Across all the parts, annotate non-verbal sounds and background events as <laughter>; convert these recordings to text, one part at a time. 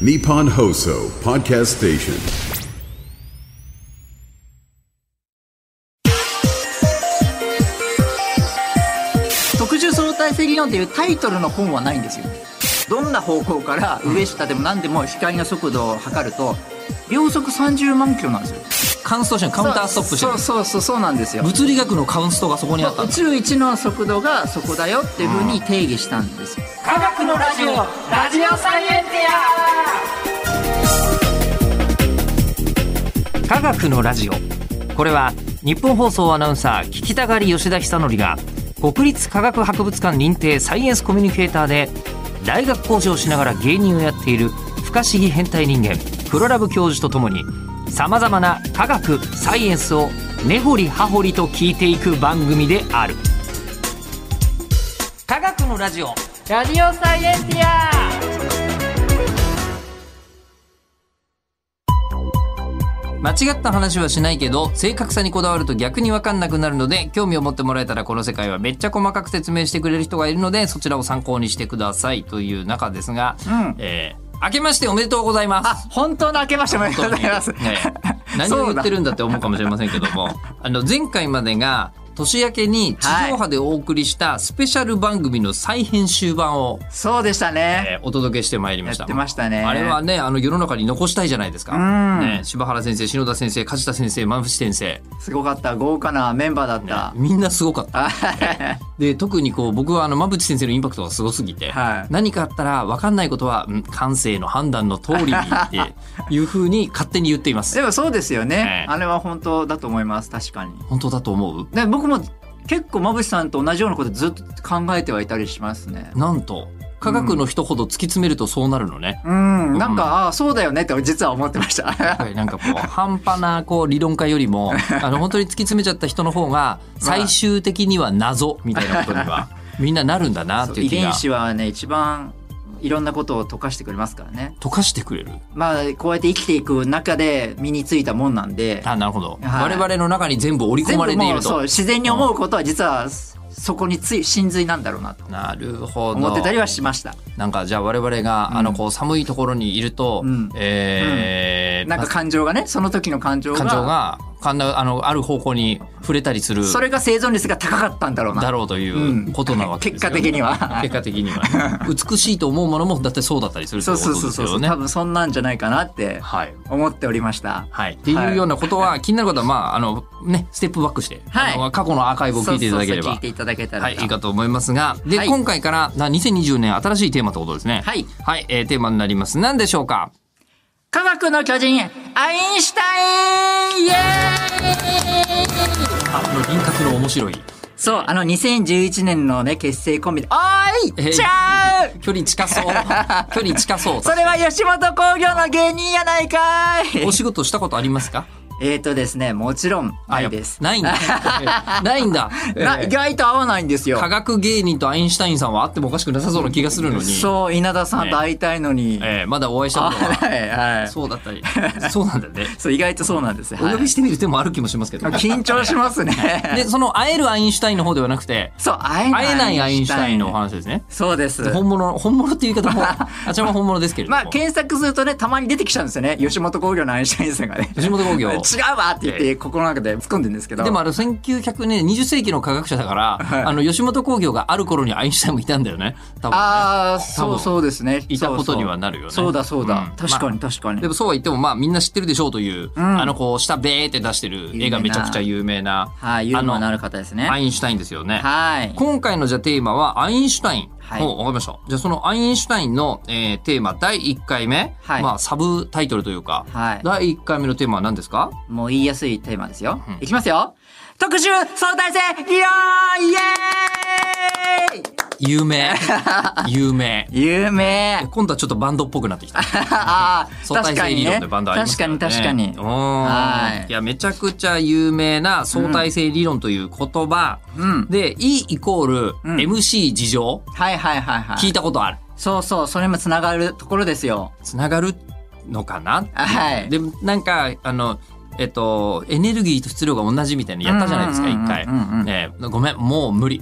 Nippon Hoso Podcast Station. 特殊相対性理論っていうタイトルの本はないんですよどんな方向から上下でも何でも光の速度を測ると秒速30万キロなんですよカウンストしてるカウンターストップしてるそうそうそうそうなんですよ物理学のカウンストがそこにあったん宇だ宙一の速度がそこだよっていうふうに定義したんですよ科学のラジオラジオサイエンテ科学のラジオこれは日本放送アナウンサー聞きたがり吉田久典が国立科学博物館認定サイエンスコミュニケーターで大学講師をしながら芸人をやっている不可思議変態人間プロラブ教授とともにさまざまな科学サイエンスを根掘り葉掘りと聞いていく番組である科学のラジオィアラジオサイエンティア間違った話はしないけど正確さにこだわると逆に分かんなくなるので興味を持ってもらえたらこの世界はめっちゃ細かく説明してくれる人がいるのでそちらを参考にしてくださいという中ですが、んえー明けましておめでとうございます。本当の明けましておめでとうございます、 <laughs> ね何を言ってるんだって思うかもしれませんけどもあの前回までが年明けに地上波でお送りしたスペシャル番組の再編集版を、そうでしたねえーお届けしてまいりました。やってましたねあれはねあの世の中に残したいじゃないですか。んね、柴原先生篠田先生梶田先生万淵先生。すごかった豪華なメンバーだった、みんなすごかった。 <laughs> で、特にこう、僕はあの、馬淵先生のインパクトがすごすぎて、はい何かあったら分かんないことは、うん感性の判断の通りにっていうふう <laughs> に勝手に言っていますで。もそうですよね、ええあれは本当だと思います確かに本当だと思うで僕も結構まぶしさんと同じようなことずっと考えてはいたりしますねなんと、科学の人ほど突き詰めるとそうなるのね。うんなんか、ああそうだよねって実は思ってました <laughs> はい、なんかこう半端なこう理論家よりもあの本当に突き詰めちゃった人の方が最終的には謎みたいなことに <laughs> はみんななるんだなっていう遺気が伝子はね一番いろんなことを溶かしてくれますからね溶かしてくれるまあこうやって生きていく中で身についたもんなんであなるほど、はい我々の中に全部織り込全まれ部ていもるうそうと自然に思うことは実はそこについ真髄なんだろうなとなるほど思ってたりはしましたなんかじゃあ我々が、あのこう寒いところにいると、うんえーなんかま感情がねその時の感情があ感情がかんなあのある方向に触れたりするそれが生存率が高かったんだろうなだろうということなわけですよ、ね結果的には結果的には <laughs> 美しいと思うものもだってそうだったりするってそこうとそうでそうそすうよね多。分そんなんじゃないかなってはい思っておりましたはい、っていうようなことは、気になることは、まあ、あの、ね、ステップバックして、はいあの過去のアーカイブを聞いていただけれそうそうそう聞ばいて、いただけたらはい、いいかと思いますが、で、はい今回から、な2020年新しいテーマということですね。はいはい、えーテーマになります。何でしょうか科学の巨人アインシュタインイエーイあの輪郭の面白い。そうあの2011年のね結成コンビで「おーえいいちゃう!」距離 <laughs> 近そう。距離近そう。それは吉本興業の芸人やないかおい仕事したことありますかえっとですねもちろんあないですやないんだ。え <laughs> ないんだ。なえ意ー外と合わないんですよ科学芸人とアインシュタインさんはあってもおかしくなさそうな気がするのに、そう稲田さんと会いたいのに、 <laughs> えーまだお会いしたあことははいはいそうだったり、そうなんだね。そう意外とそうなんですよ、お <laughs> はい呼びしてみる手もある気もしますけど。緊張し <laughs> ますね。で、その会えるアインシュタインの方ではなくて、そう、会えない。会えないアインシュタインのお。話ですね。そうです。本物、本物っていう言い方も、 <laughs> あちらも本物ですけれどまも。あ、検索するとね、たまに出てきちゃうんですよね。吉本興業のアインシュタイン <laughs> さんがね。吉本興業違うわって言っえて、心の中で突っ込んでるんですけど。でもあの1900年、20世紀の科学者だから、あの、吉本興業がある頃にアインシュタインもいたんだよね。多分ねああ、多そう分そうですね。いたこそとうそうにはなるよねそうだそううんだ。確かに確かにで。もそうは言っても、まあみんな知ってるでしょうという、あの、こう、下ベーって出してる絵がめちゃくちゃ有名な、はい、ユーモアのある方ですね。アはい。インシュタインですよね。今回のじゃあテーマはアインシュタイン。はいおわかりました。じゃあそのアインシュタインの、えーテーマ第1回目、はいまあサブタイトルというか、はい第1回目のテーマは何ですかもう言いやすいテーマですよ。いきますよ。特集相対性理論イエーイ有名。 <laughs> 有名。有名今度はちょっとバンドっぽくなってきた。ああ、相対性理論でバンドあります確かに確かに確かに。ははいい。いや、めちゃくちゃ有名な相対性理論という言葉。んで、E イコールん MC 事情、はいはいはいはい。聞いたことある。そうそう、それもつながるところですよ。つながるのかなはいでもなんか、あの、えっと、エネルギーと質量が同じみたいにやったじゃないですか、一回。ねえごめん、もう無理。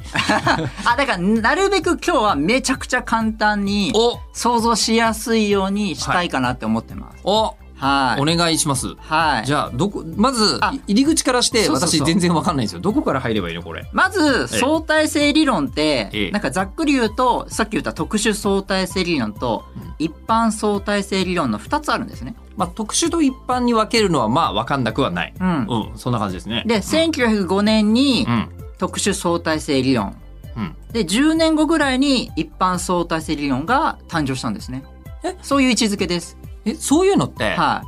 あ、だから、なるべく今日はめちゃくちゃ簡単にお想像しやすいようにしたいかなって思ってます。おはい。お願いします。はい。じゃあ、どこ、まずあ、入り口からして、そうそうそう私全然わかんないんですよ。どこから入ればいいのこれ。まず、ええ相対性理論って、ええなんかざっくり言うと、さっき言った特殊相対性理論と、一般相対性理論の2つあるんですね。まあ、特殊と一般に分けるのは、まあ、わかんなくはない。うんうん、そんな感じですね。で、1905年にうん、特殊相対性理論。うん。で、10年後ぐらいに一般相対性理論が誕生したんですね。えそういう位置づけです。え、そういうのって、は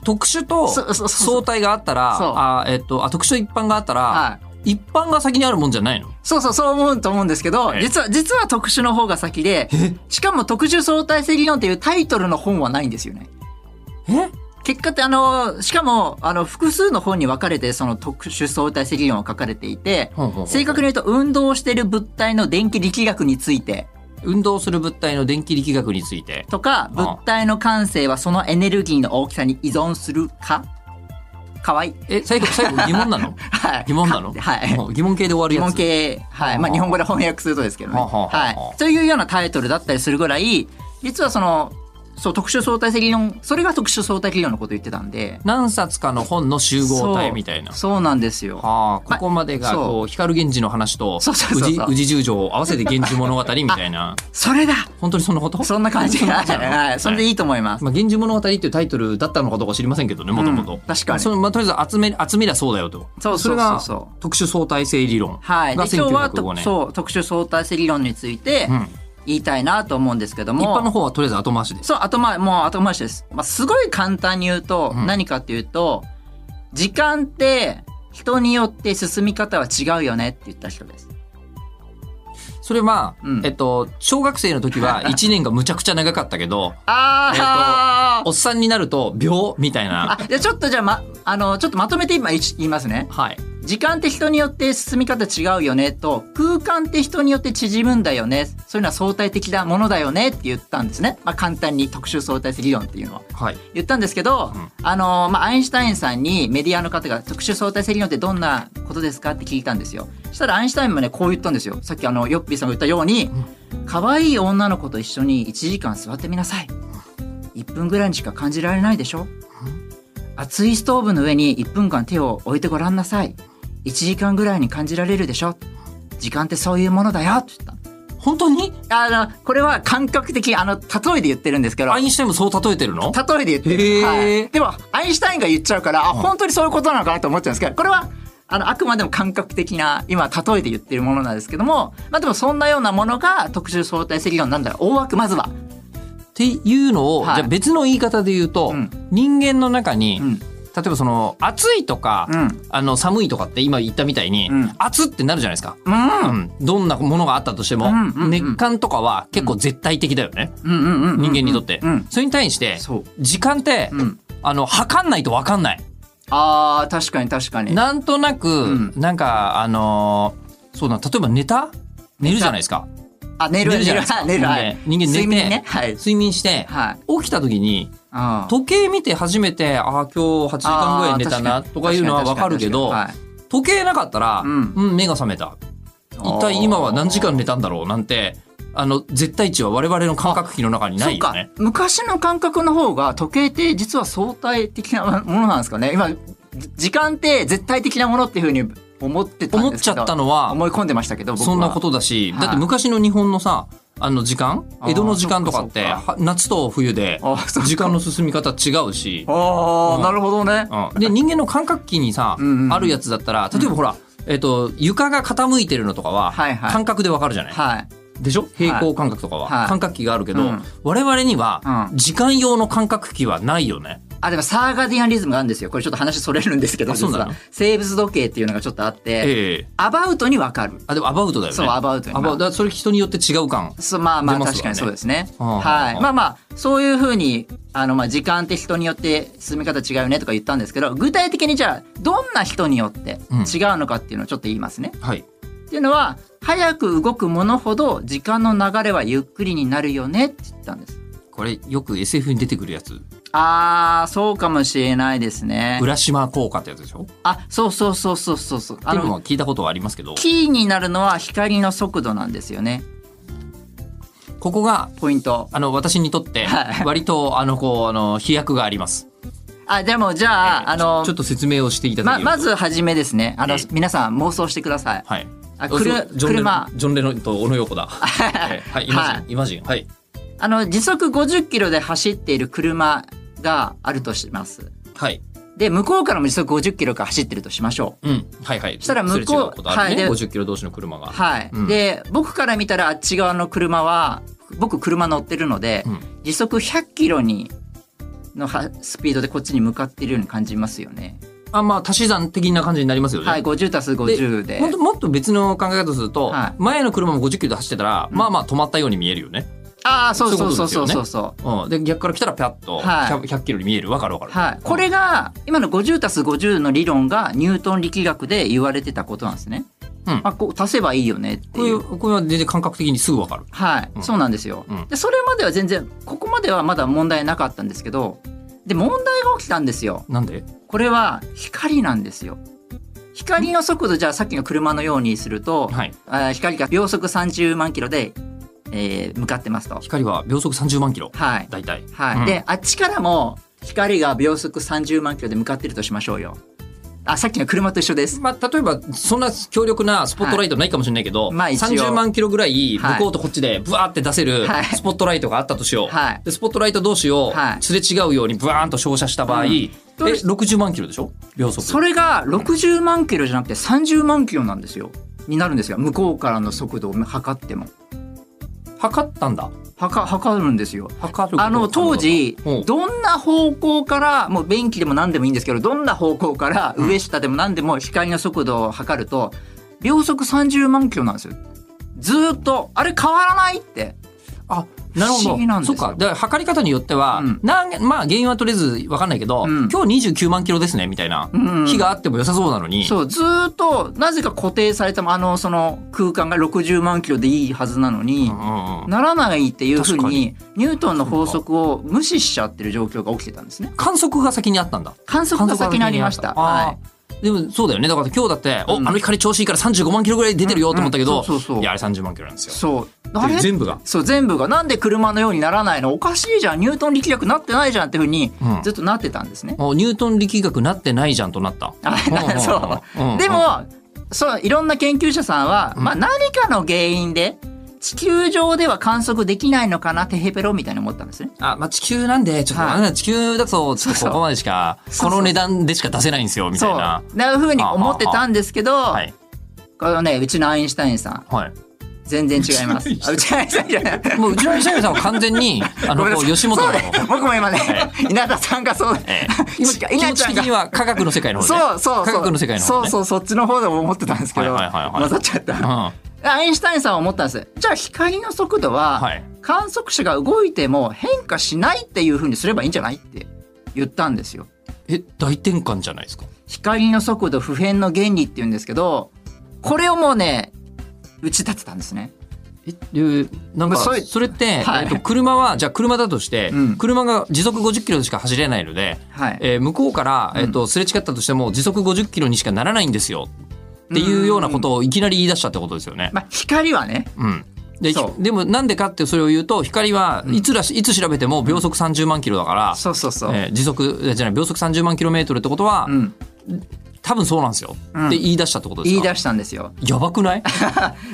い。特殊とそうそうそうそう相対があったら、そうあ、えっと、あ、特殊と一般があったら、はい。一般が先にあるもんじゃないのそうそう、そう思うと思うんですけど、ええ実は、実は特殊の方が先で、しかも特殊相対性理論っていうタイトルの本はないんですよね。え結果ってあの、しかも、あの、複数の本に分かれて、その特殊相対性理論を書かれていて、ほうほうほう正確に言うと、運動してる物体の電気力学について運動する物体の電気力学について。とか、物体の感性はそのエネルギーの大きさに依存するかかわいい。え、最後、最後、疑問なの <laughs> はい。疑問なのかはい。もう疑問系で終わる日や本つ。系、はい。まあ、日本語で翻訳するとですけどね。はあはあはあはい。というようなタイトルだったりするぐらい、実はその、そう、特殊相対性理論、それが特殊相対理論のこと言ってたんで。何冊かの本の集合体みたいな。そうそうなんですよ。はあ、ここまでが、そうこう、光源氏の話と、そうそうそうそう宇治宇治十条を合わせて源氏物語みたいな。それだ本当にそんなことそんな感 <laughs> じ。本当にそんなことなのはい。それでいいと思います。まあ、源氏物語っていうタイトルだったのかどうか知りませんけどね、もともうんと。確かにそのまあ、とりあえず集め、集めりゃそうだよと。そうそうそうそうれが特殊相対性理論がはい。で、今日は1905と、年。そう、特殊相対性理論についてうん言いたいなと思うんですけども。一般の方はとりあえず後回しです。そう、後回、もう後回しです。まあ、すごい簡単に言うと、うん何かっていうと、時間って人によって進み方は違うよねって言った人です。それは、うんえっと、小学生の <laughs> 時は1年がむちゃくちゃ長かったけど、あおっさんになると秒みたい <laughs> な。あ、じゃあちょっとじゃあ、ま、あの、ちょっとまとめて今い言いますね。はい。時間って人によって進み方違うよねと、空間って人によって縮むんだよね。そういうのは相対的なものだよねって言ったんですね。まあ、簡単に特殊相対性理論っていうのは。はい。言ったんですけど、あのまあ、アインシュタインさんにメディアの方が特殊相対性理論ってどんなことですかって聞いたんですよ。そしたらアインシュタインもね、こう言ったんですよ。さっきあの、ヨッピーさんが言ったように、可愛い女の子と一緒に1時間座ってみなさい。1分ぐらいにしか感じられないでしょ熱いストーブの上に1分間手を置いてごらんなさい。1時間ぐらいに感じられるでしょ時間ってそういうものだよって言った。本当にあの、これは感覚的、あの、例えで言ってるんですけど。アインシュタインもそう例えてるの例えで言ってへる、ーはい、でもアインシュタインが言っちゃうから、あ本当にそういうことなのかなと思っちゃうんですけどこれはあのあくまでも感覚的な今例えで言ってるものなんですけども、まあ、でもそんなようなものが特殊相対性理論なんだろう大枠まずは。っていうのを、はいじゃあ別の言い方で言うと、うん人間の中に、うん例えばその暑いとか、うんあの寒いとかって今言ったみたいに、うん暑ってなるじゃないですか、うんうんうんどんなものがあったとしても、うんうんうん熱感とかは結構絶対的だよね、うんうん人間にとって、うんそれに対してそう時間って、うんあの測んないと分かんないあー確かに確かに。なんとなく、んなんかあのーそうだな例えば寝た寝るじゃないですかあ寝る寝るじ寝ゃなるいで寝すかるはい人間人間寝て睡眠ねはい。睡眠して、はい起きた時にあー時計見て初めてああ今日8時間ぐらい寝たあなーとかいうのはわかるけど、確かに確かに確かにはい時計なかったら、ううんん目が覚めた一体今は何時間寝たんだろうなんてあの絶対値は我々の感覚器の中にないよねそう。か昔の感覚の方が時計って実は相対的なものなんですかね今じ時間って絶対的なものっていうふうに思ってたん思っですちけゃどったのは思い込んでましたけど僕はそんなことだし、はいだって昔の日本のさあの時間あー江戸の時間とかってそっかは夏と冬であそっか時間の進み方違うし、ああ、なるほどねうんで人間の感覚器にさんうんうんあるやつだったら例えばほら、えっと床が傾いてるのとかははいはい感覚でわかるじゃない、はいでしょ平行感覚とかは、はい感覚器があるけど、うん我々にはう時間用の感覚器はないよね。あでもサーガディアンリズムがあるんですよこれちょっと話それるんですけどあそう実なのは生物時計っていうのがちょっとあって、ええアバウトにわかるあでもアバウトだよね。そうアバウトにアバウトだからそれ人によって違う感。そうまあまあ出ますわね確かにそうですね。はあは。はいあまあまあ、そういうふうに、あの、まあ時間って人によって進み方違うよねとか言ったんですけど、具体的にじゃあ、どんな人によって違うのかっていうのをちょっと言いますね。はい。っていうのは、早く動くものほど時間の流れはゆっくりになるよねって言ったんです。これよく SF に出てくるやつ。あー、そうかもしれないですね。浦島効果ってやつでしょあ、そうそうそうそうそうそう。っあていうのの、は聞いたことはありますけどキーになるのは光の速度なんですよね。ここがポイント。あの私にとってはい割とあのこうあの飛躍がありますあ、でもじゃあ、あのちょ、っと説明をしていただま、けるまずはじめですね。あのええ、皆さん妄想してください。はいあくるジョンレノン車ジョン・レノンと小野陽子 <laughs> だはいはいイマジン、はいイマジンはいあの、時速50キロで走っている車があるとします。はいで、向こうからも時速50キロから走ってるとしましょう。うんはいはいそしたら向こうはいね、はいで50キロ同士の車がはい。うんで、僕から見たらあっち側の車は、僕車乗ってるので、うん時速100キロに、のはスピードでこっちに向かっているように感じますよね。あまあ足し算的な感じになりますよねはい、50足す50で。もっともっと別の考え方をすると、はい前の車も50キロで走ってたら、まあまあ止まったように見えるよね、ああ、そうそうそうそうそいううことですよそねうそう。うん、で逆から来たらピャッとはい100 100キロに見えるわかるわかる、はい。これが、今の50足す50の理論がニュートン力学で言われてたことなんですね。うんあ、こう足せばいいよねってこれいう。これは全然感覚的にすぐわかるはい、うんそうなんですよ、うんでそれまでは全然ここまではまだ問題なかったんですけどで問題が起きたんですよなんでこれは光なんですよ光の速度じゃあさっきの車のようにすると、はいあー光が秒速30万キロで、えー向かってますと光は秒速30万キロはい、大体はいうんであっちからも光が秒速30万キロで向かってるとしましょうよあさっきの車と一緒ですまあ、例えばそんな強力なスポットライトないかもしれないけど、はいまあ一応30万キロぐらいは向いこうとこっちでブワーって出せるはいスポットライトがあったとしよう、はいでスポットライト同士をはいすれ違うようにブワーンと照射した場合、うんえ60万キロでしょ秒速それが60万キロじゃなくて30万キロなんですよになるんですよ向こうからの速度を測っても測ったんだはか測るんですよ。測ることあの当時うんどんな方向からもう便器でも何でもいいんですけどどんな方向から上下でも何でも光の速度を測ると秒速30万キロなんですよ。ずーっとあれ変わらないってあなるほ不思議なんどですそよっかだから測り方によっては、うんなんまあ原因はとりあえずわかんないけど、うん今日29万キロですねみたいなうん日があっても良さそうなのに、そうずーっとなぜか固定されたまあのその空間が60万キロでいいはずなのにうんうんうんならないっていうふう確かにニュートンの法則を無視しちゃってる状況が起きてたんですね。観測が先にあったんだ観測が先にありました。はあいーでもそうだよねだから今日だって、おうんあの光調子いいから35万キロぐらい出てるよと思ったけうど、んうんそうそうそうやあれ30万キロなんですよそうあれで全部がそう全部がなんで車のようにならないのおかしいじゃんニュートン力学なってないじゃんっていうふうにうんずっとなってたんですね。もうニュートン力学なってないじゃんとなったあうんう <laughs> んそう、うんうんでもそういろんな研究者さんは、まあ、何かの原因で地球上では観測できないのかなテヘペロみたいに思ったんですね。あ、まあ、地球なんでちょっと、はいあの地球だとちょっとそうそうここまでしかそうそうこの値段でしか出せないんですよみたそいうななふうに思ってたんですけど、はいこのねうちのアインシュタインさんはい全然違い <laughs> ます。あうちのアインシュタインじゃない。もううちの石上さんは完 <laughs> 全にあのごめんなこうさい吉本のそうだよ <laughs> 僕も今ね、稲田さんがそうだ、ええ <laughs> 今気稲持ちゃちん的がには科学の世界の方ねそうそう科そう学の世界の方そうねそうそっちの方でも思ってたんですけどはいはいはいはい混ざっちゃったアインシュタインさんは思ったんですじゃあ光の速度ははい観測者が動いても変化しないっていうふうにすればいいんじゃないって言ったんですようん、え大転換じゃないですか光の速度不変の原理っていうんですけどこれをもうね打ち立てたんですねえでなんかまあそそれれって、はいえっと、車はじゃあ車だとして、うん車が時速50キロでしか走れないので、はいえー向こうから、んえっと、すれ違ったとしても時速50キロにしかならないんですよっていうようなことをいきなり言い出したってことですよね。まあ光はねうんでそでもなんでかってそれを言うと光はいつらしいつ調べても秒速30万キロだから、そうそうそう、えー時速えーじゃない秒速30万キロメートルってことは、うん多分そうなんですよ、うんって言い出したってことです言かい出したんですよ、やば <laughs> くない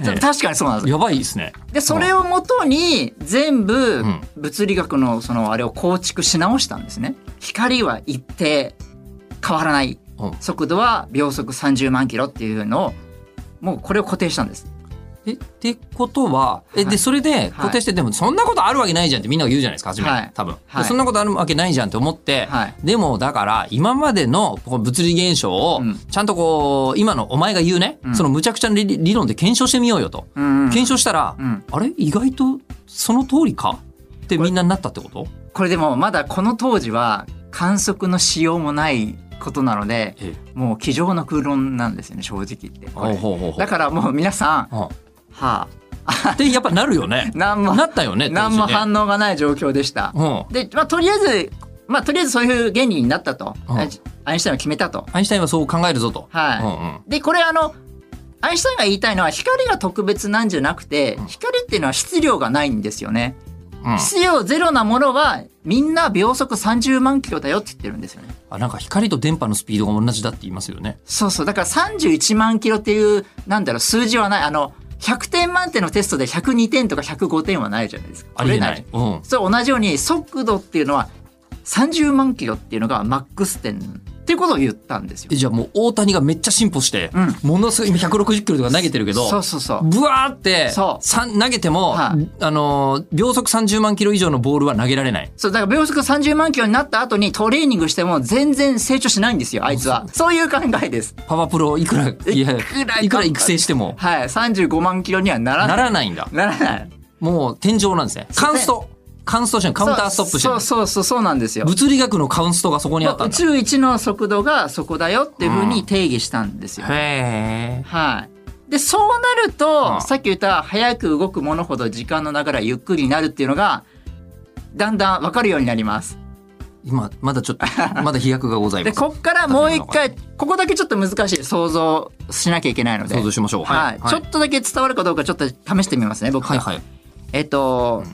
え確かにそうなんですやばいですね。でそれをもとに全部ん物理学のそのあれを構築し直したんですね。光は一定変わらないうん速度は秒速30万キロっていうのをもうこれを固定したんです。えってことはえはでいそれで固定して、でもそんなことあるわけないじゃんってみんなが言うじゃないですか初め、はい多分、ではいそんなことあるわけないじゃんって思って、はいでもだから今までのこう物理現象をうんちゃんとこう今のお前が言うね、んそのむちゃくちゃな理理論で検証してみようよと、うん検証したら、うんあれ意外とその通りかってみんなになったってことこれでもまだこの当時は観測のしようもないことなのでえもう机上の空論なんですよね正直言ってこれほうほうほうだからもう皆さんははああ、ってやっぱなるよね何もなったよね <laughs> 何も当時ね反応がない状況でした。うんで、まあ、とりあえずまあとりあえずそういう原理になったと、うんアインシアインシュタインは決めたと。アインシュタインはそう考えるぞと。はいうんうんでこれあのアインシュタインが言いたいのは光が特別なんじゃなくて光っていうのは質量がないんですよね。うん質量ゼロなものはみんな秒速30万キロだよって言ってるんですよね。あなんか光と電波のスピードが同じだって言いますよね。そうそうだから31万キロっていうなんだろう数字はないあの100点満点のテストで102点とか105点はないじゃないですか。ありえな取れい。うん。そう同じように速度っていうのは30万キロっていうのがマックス点っていうことを言ったんですよえ。じゃあもう大谷がめっちゃ進歩して、うんものすごい今160キロとか投げてるけど、そうそうそう。ブワーってそうさん投げても、はいあのー秒速30万キロ以上のボールは投げられない。そうだから秒速30万キロになった後にトレーニングしても全然成長しないんですよあいつは。そういう考えです。パワープロいくらいやいくらいくら育成してもはい35万キロにはならなない。らないんだ。ならない。もう天井なんですね。カンストカンストしてるカウンターストップしてるそうそうそうそうなんですよ。物理学のカウンストがそこにあったん宇だ。宙一の速度がそこだよっていうふうに定義したんですよ。へえ。はい。で、そうなると、うんさっき言った、早く動くものほど時間の流れはゆっくりになるっていうのが、だんだんわかるようになります。今まだち <laughs> ょっとまだ飛躍がございまで、す。こっからもう一回、ここだけちょっと難しい想像しなきゃいけないので。想像しましょう。はい、ちょっとだけ伝わるかどうかちょっと試してみますね、僕はいが。はい。えっと、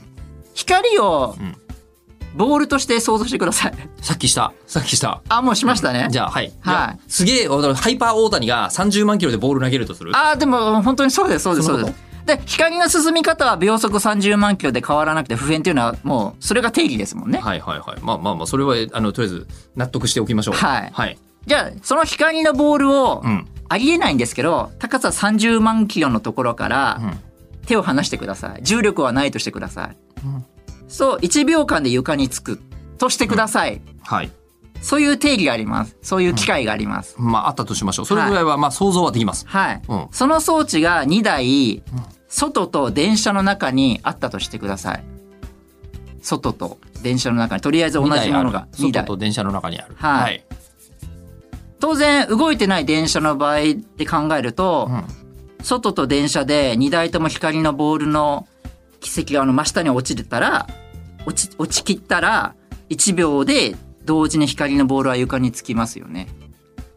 光をんボールとして想像してください。さっきした。さっきした。あ、もうしましたね。じゃゃあ、はい。じゃあすげえ、だからハイパー大谷が30万キロでボール投げるとする。ああ、でも本当にそうです、そうです、そそんうなでこす。で、光の進み方は秒速30万キロで変わらなくて不変っていうのはもうそれが定義ですもんね。はいはいはい。まあまあまあ、それは、えあの、とりあえず納得しておきましょう。はいはい。じゃあ、その光のボールを、うんありえないんですけど、高さ30万キロのところからん手を離してください。重力はないとしてください。そう、1秒間で床につくとしてください。はい。そういう定義があります。そういう機械があります。まあ、あったとしましょう。それぐらいは、まあ、想像はできます。はい、うんその装置が2台、外と電車の中にあったとしてください。外と電車の中に、とりあえず同じものが2台2台ある。外と電車の中にある。はい当然、動いてない電車の場合って考えると、外と電車で2台とも光のボールの軌跡があの真下に落ちてたら、落ち、落ちきったら、1秒で同時に光のボールは床につきますよね。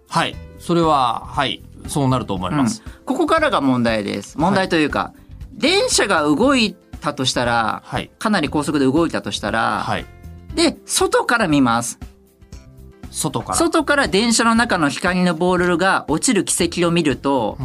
はい。それは、はい。そうなると思います。ここからが問題です。問題というか、電車が動いたとしたら、はいかなり高速で動いたとしたら、はい。で、外から見ます。外から。外から電車の中の光のボールが落ちる軌跡を見ると、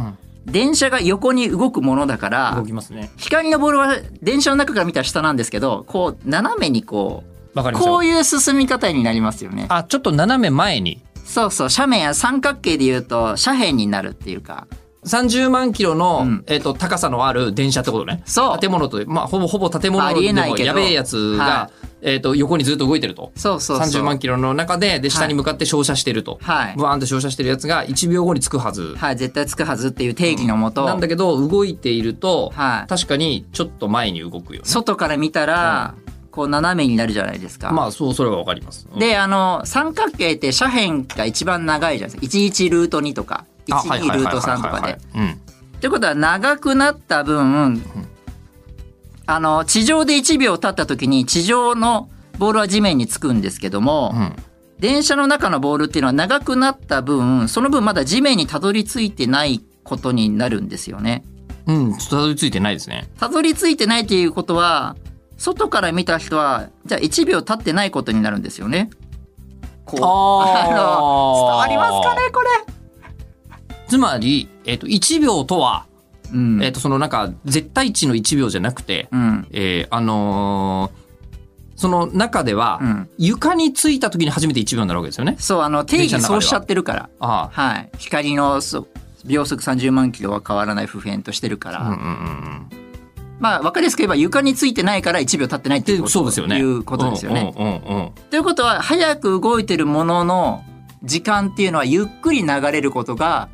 電車が横に動くものだから動、きますね。光のボールは電車の中から見たら下なんですけど、こう斜めにこわかう、りましこたう。いう進み方になりますよね。あ、ちょっと斜め前に。そうそう、斜面や三角形で言うと斜辺になるっていうか。 30万キロの、んえっと高さのある電車ってことねそう建物というまあほぼほぼ建物ありでえないもけどやべえやつが、はえっと横にずっと動いてるとそうそうそう。 30万キロの中でで下はいに向かって照射してると、はいブワーンと照射してるやつが1秒後につくはず、はい、絶対つくはずっていう定義のもと、なんだけど動いていると、はい確かにちょっと前に動くよね外から見たら、こう斜めになるじゃないですか。まあそうそれはわかります、うんで、あの、三角形って斜辺が一番長いじゃないですか。11ルート2とか、あはい12はいルーはいはトいはい3とかで。うんってことは長くなった分、あの、地上で1秒経った時に地上のボールは地面につくんですけども、ん電車の中のボールっていうのは長くなった分、その分まだ地面にたどり着いてないことになるんですよね。うん、ちょっとたどり着いてないですね。たどり着いてないっていうことは、外から見た人は、じゃあ1秒経ってないことになるんですよね。こう。 <laughs> あーの、伝わりますかね、これ。つまり、えっ、と、1秒とは、うん。えっ、と、そのなんか、絶対値の1秒じゃなくて、うん。えーあのーその中では、うん床についた時に初めて1秒になるわけですよね。そう、あの、定義そうしちゃってるから。ああ、はい。光の、そう秒速30万キロは変わらない普遍としてるから。うんうんうんまあ、わかりやすく言えば床についてないから1秒経ってないっていうでことそうですよね。いうことですよね。うんうんうんうんということは早く動いてるものの時間っていうのはゆっくり流れることが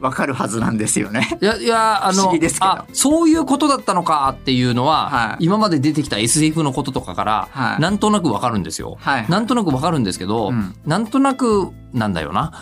わかるはずなんですよね。いや、いや、あ不の思議ですけどあ、そういうことだったのかっていうのは、はい今まで出てきた SF のこととかから、はいなんとなくわかるんですよ。はいなんとなくわかるんですけど、うんなんとなくなんだよな。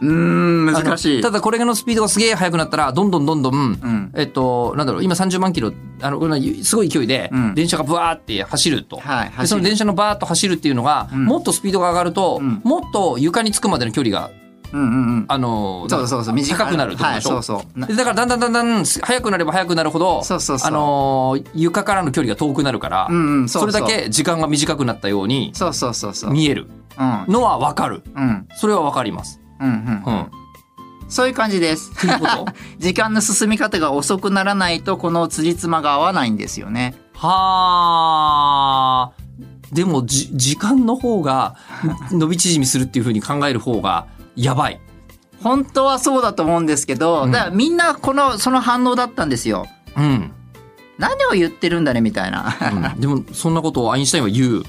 うーん、あの難しい。ただこれのスピードがすげえ速くなったら、どんどんどんどん、んえっと、なんだろう、今30万キロ、あの、これすごい勢いで、うん電車がブワーって走ると。はいでそ走のる電車のバーッと走るっていうのが、んもっとスピードが上がると、うんもっと床につくまでの距離が、うんうんうん。あの、そうそうそう、短高くなるってことはでい、しょ、そうそう。なでだからだんだんだんだん速くなれば速くなるほどそうそうそうあのー床からの距離が遠くなるから、うんうん、そううれだ。け時間が短くなったようにそうそうそうそう。見えるうん、のは分かるうん、それは分かります。うん、うんう。ん、っそういう感じです。ていうことは時間の進み方が遅くならないと、この辻褄が合わないんですよね。あでもじ時間の <laughs> 方が伸び縮みするっていうふうに考える方がやばい。本当はそうだと思うんですけど、うんだからみんなこの、その反応だったんですよ。 <laughs> うん何を言ってるんだね、みたいな。 <laughs> うん、でもそんなことをアインシュタインは言う。うん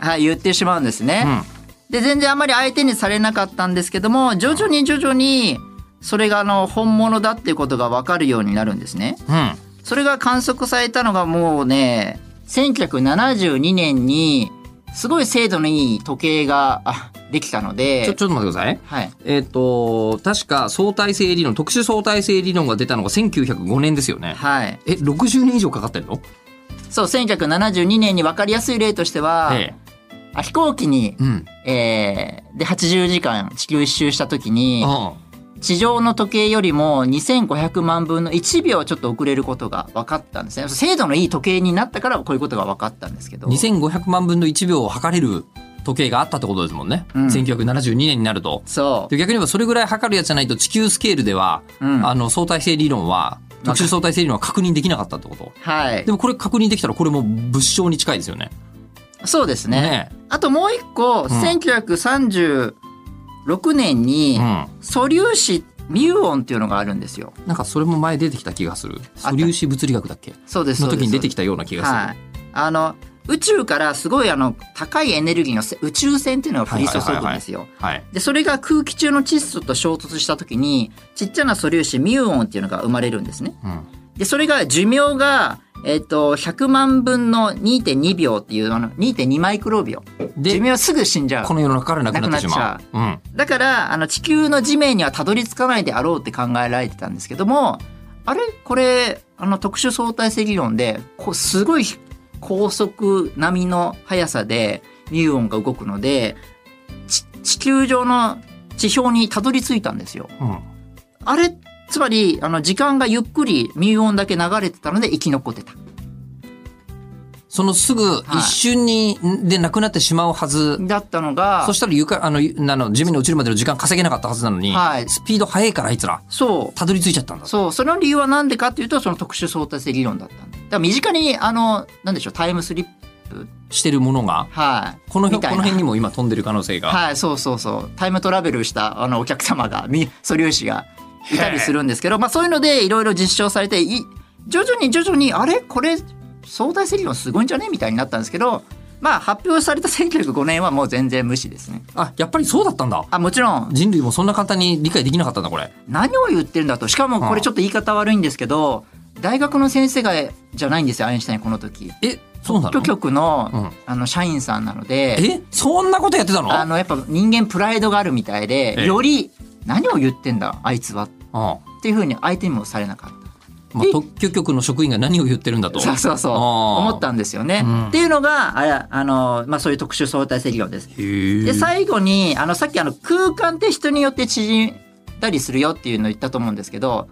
はい、言ってしまうんですね。で全然あまり相手にされなかったんですけども徐々に徐々にそれがあの本物だっていうことが分かるようになるんですね。うんそれが観測されたのがもうね1972年にすごい精度のいい時計があできたのでちょちょっと待ってください。はい、えっ、と、確か相対性理論、特殊相対性理論が出たのが1905年ですよね。はい、え、60年以上かかってるのそう1972年に分かりやすい例としては、えあ飛行機にえ。、うん。えーで80時間地球一周した時にあ地上の時計よりも2500万分の1秒ちょっと遅れることが分かったんですね精度のいい時計になったからこういうことが分かったんですけど2500万分の1秒を測れる時計があったってことですもんね。うん1972年になると。そで逆に言えばそれぐらい測るやつじゃないと地球スケールでは、う、うん、あはの相対性理論は、なんか特殊相対性理論は確認できなかったってこと。いでもこれ確認できたらこれも物証に近いですよね。そうですねあともう一個、1936年にうん。素粒子ミューオンっていうのがあるんですよなんかそれも前出てきた気がする。素粒子物理学だっけそうですのそうです時に出てききたような気がする。はいあの宇宙からすごいあの高いエネルギーのせ宇宙船っていうのが降り注ぐんですよはい。でそれが空気中の窒素と衝突した時にちっちゃな素粒子ミューオンっていうのが生まれるんですね。うん。でそれが寿命が、えっと100万分の2.2秒っていうあの2.2マイクロ秒寿で、命はすぐ死んじゃこうの世の中からなくなってしまなくなっう。うん。だからあの地球の地面にはたどり着かないであろうって考えられてたんですけどもあれこれあの特殊相対性理論でこうすごい高速並みの速さでミューオンが動くのでち地球上の地表にたどり着いたんですよ。うん。あれつまりあの時間がゆっくりミューオンだけ流れてたので生き残ってた。そのすぐ一瞬に、でなくなってしまうはず。だったのがそしたら床、あの、ゆあの地面に落ちるまでの時間稼げなかったはずなのに、はいスピード速いからあいつら、そうたどり着いちゃったんだ。そう、その理由は何でかっていうと、その特殊相対性理論だったんだ。だから身近に、あの、なんでしょう、タイムスリップ。してるものが、はい。この辺、みたこいのな辺にも今飛んでる可能性が。はい、そうそうそう。タイムトラベルした、あの、お客様が、み素粒子がいたりするんですけど、まあそういうので、いろいろ実証されて、い徐々に徐々に、あれこれ、相対性理論すごいんじゃねみたいになったんですけど、まあ発表された1905年はもう全然無視ですね。あ、やっぱりそうだったんだ。あ、もちろん、人類もそんな簡単に理解できなかったんだ、これ。何を言ってるんだと。しかもこれちょっと言い方悪いんですけど、大学の先生が、じゃないんですよ、アインシュタインこの時。え、そうな特の許局の,、うんあの社員さんなのでえ、そんなことやってたのあのやっぱ人間プライドがあるみたいええでより何を言ってんだあいつはっうていうふうに相手にもされなかっん。まあ、特許局の職員が何を言ってるんだと。たそうそうそうあー思ったんですよね、うんっていうのがあれあの、まあ、そういう特殊相対性理論です。へーで最後にあのさっきあの空間って人によって縮んだりするよっていうのを言ったと思うんですけど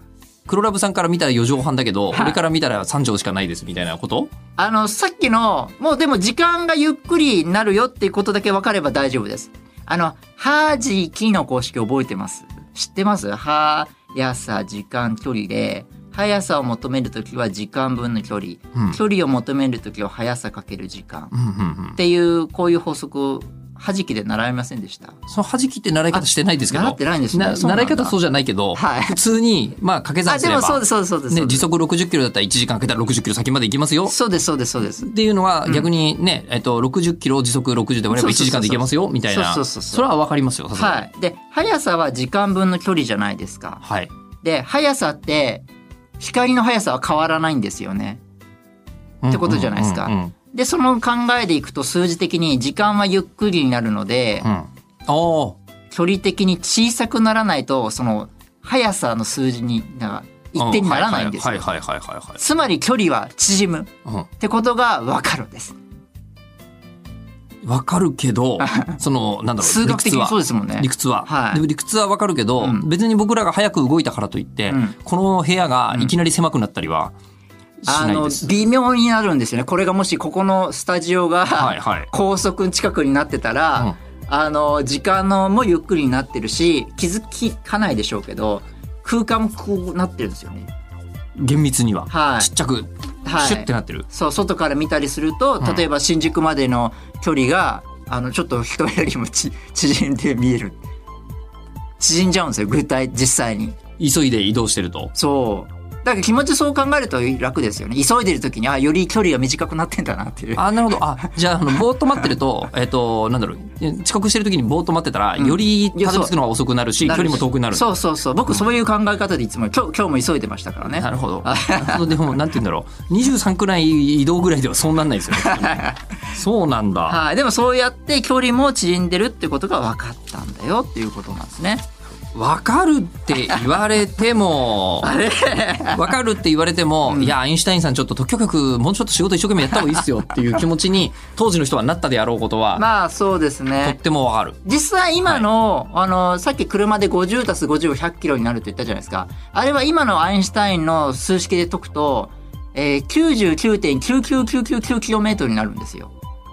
黒ラブさんから見たら4畳半だけど、はい俺から見たら3畳しかないですみたいなことあのさっきのもうでも時間がゆっくりになるよっていうことだけ分かれば大丈夫です。あの「はじき」の公式覚えてます知ってますはやさ時間距離で速さを求めるときは時間分の距離、うん距離を求めるときは速さかける時間うんうんうっん。ていうこういう法則はじきで習いませんでしたその弾きって習い方してないですけど。習ってないんですねなそうな習んだい方そうじゃないけど、はい普通に、まあ、掛けあ算すでれば。もそうですそうですそうです、ね、時速60キロだったら1時間かけたら60キロ先まで行きますよ。そうですそうですそうですっていうのは逆にね、えっと、60キロを時速60で割れば1時間で行けますよ、みたいな。そうそうそうそうれはわかりますよ、さすがにはいで速さは時間分の距離じゃないですかはい。で速さって光の速さは変わらないんですよね。ってことじゃないですかうんうんでその考えでいくと数字的に時間はゆっくりになるので、うんうんあ距離的に小さくならないとその速さの数字になんかあ一定にならないんですよ、はいはいはいはいはいつまり距離は縮むはいはいってことが分かるんですうんわかるけどそのなんだろう数学的理屈にはそうですもんね理屈は、はいでも理屈はわかるけど、うん別に僕らが早く動いたからといって、うんこの部屋がいきなり狭くなったりはしあないのです、微妙になるんですよねこれがもしここのスタジオが、はいはい高速近くになってたら、あの時間のもゆっくりになってるし気づかないでしょうけど空間もこうなってるんですよね。厳密には、はいちっちゃく、はいシュッてなってるそう外から見たりすると例えば新宿までの距離が、あのちょっと人よりもち縮んで見える縮んじゃうんですよ具体実際に急いで移動してるとそうだから気持ちそう考えると楽ですよね急いでる時にあより距離が短くなってんだなっていうあなるほどあじゃああのぼーっと待ってるとえっとなんだろうえ遅刻してる時にぼーっと待ってたら、よりいやたどり着くのが遅くなるし距離も遠くなるそうそうそう僕そういう考え方でいつも今日今日も急いでましたからねなるほど。なるほどでもなんて言うんだろう。23くらい移動ぐらいではそうなんないですよ <laughs> ね。そうなんだ。はい、でもそうやって距離も縮んでるってことが分かったんだよっていうことなんですね。わかるって言われても、わかるって言われても、いや、アインシュタインさんちょっと特許局もうちょっと仕事一生懸命やった方がいいっすよっていう気持ちに当時の人はなったであろうことは、まあそうですとっね。てもわかる。実際今の、あの、さっき車で50たす50を100キロになるって言ったじゃないですか。あれは今のアインシュタインの数式で解くと、えー、99.99999km になるんですよ。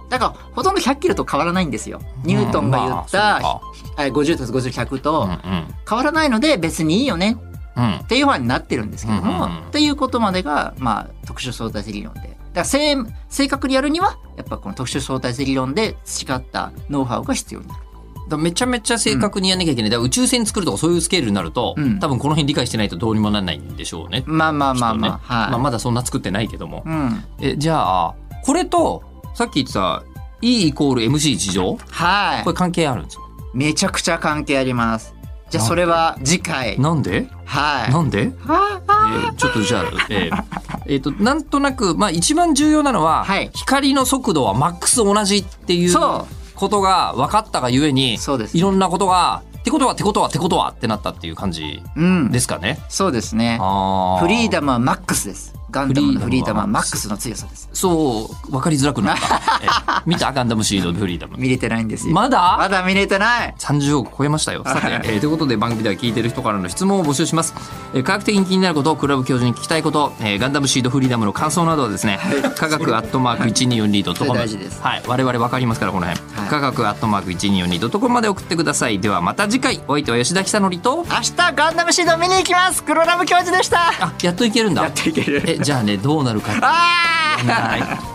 だからほとんど100キロと変わらないんですよ。ニュートンが言っうんたまあ、えー50たす50、100うとんうん。変わらないので別にいいよねうんっ。ていうふうになってるんですけども、うんうんうんっていうことまでが、まあ、特殊相対性理論でだから正正確にやるにはやっぱこの特殊相対性理論で培ったノウハウが必要になる。だからめちゃめちゃ正確にやんなきゃいけない、だから宇宙船作るとかそういうスケールになると、うん多分この辺理解してないとどうにもならないんでしょうね。まあまあまあきっとねまあ、まあ、はい。まだそんな作ってないけども、うん。えじゃあこれとさっき言ってた E イコール MC 地上はいこれ。関係あるんですよめちゃくちゃ関係あります。じゃあなそれは次回。なんではい。なんで、はあえはあーちょっとじゃあ、えーえーとなんとなく、まあ、一番重要なのは、はい光の速度はマックス同じっていうそことが分かったがゆえにそうですいろんなことがってことはってことはってことはってなったっていう感じうんで。すかね。そうですね。あーフリーダムはマックスです。ガンダムのフリーダムはマックスの強さです。そう、分かりづらくなった。え見たガンダムシードフリーダム。見れてないんですよ。まだまだ見れてない。 30億超えまし <laughs> たよ。さて、えーということで番組では聞いてる人からの質問を募集します。えー科学的に気になること、クラブ教授に聞きたいこと、えーガンダムシードフリーダムの感想などはですね、科学アットマーク 1242.com。それ大事ですはい、我々分かりますから、この辺。はい科学アットマーク 1242.com まで送ってください。ではまた次回、お相手は吉田久典と、明日ガンダムシード見に行きます黒ラム教授でしたあ、やっといけるんだ。やっといける <laughs> え、じゃあね、どうなるか。あーはい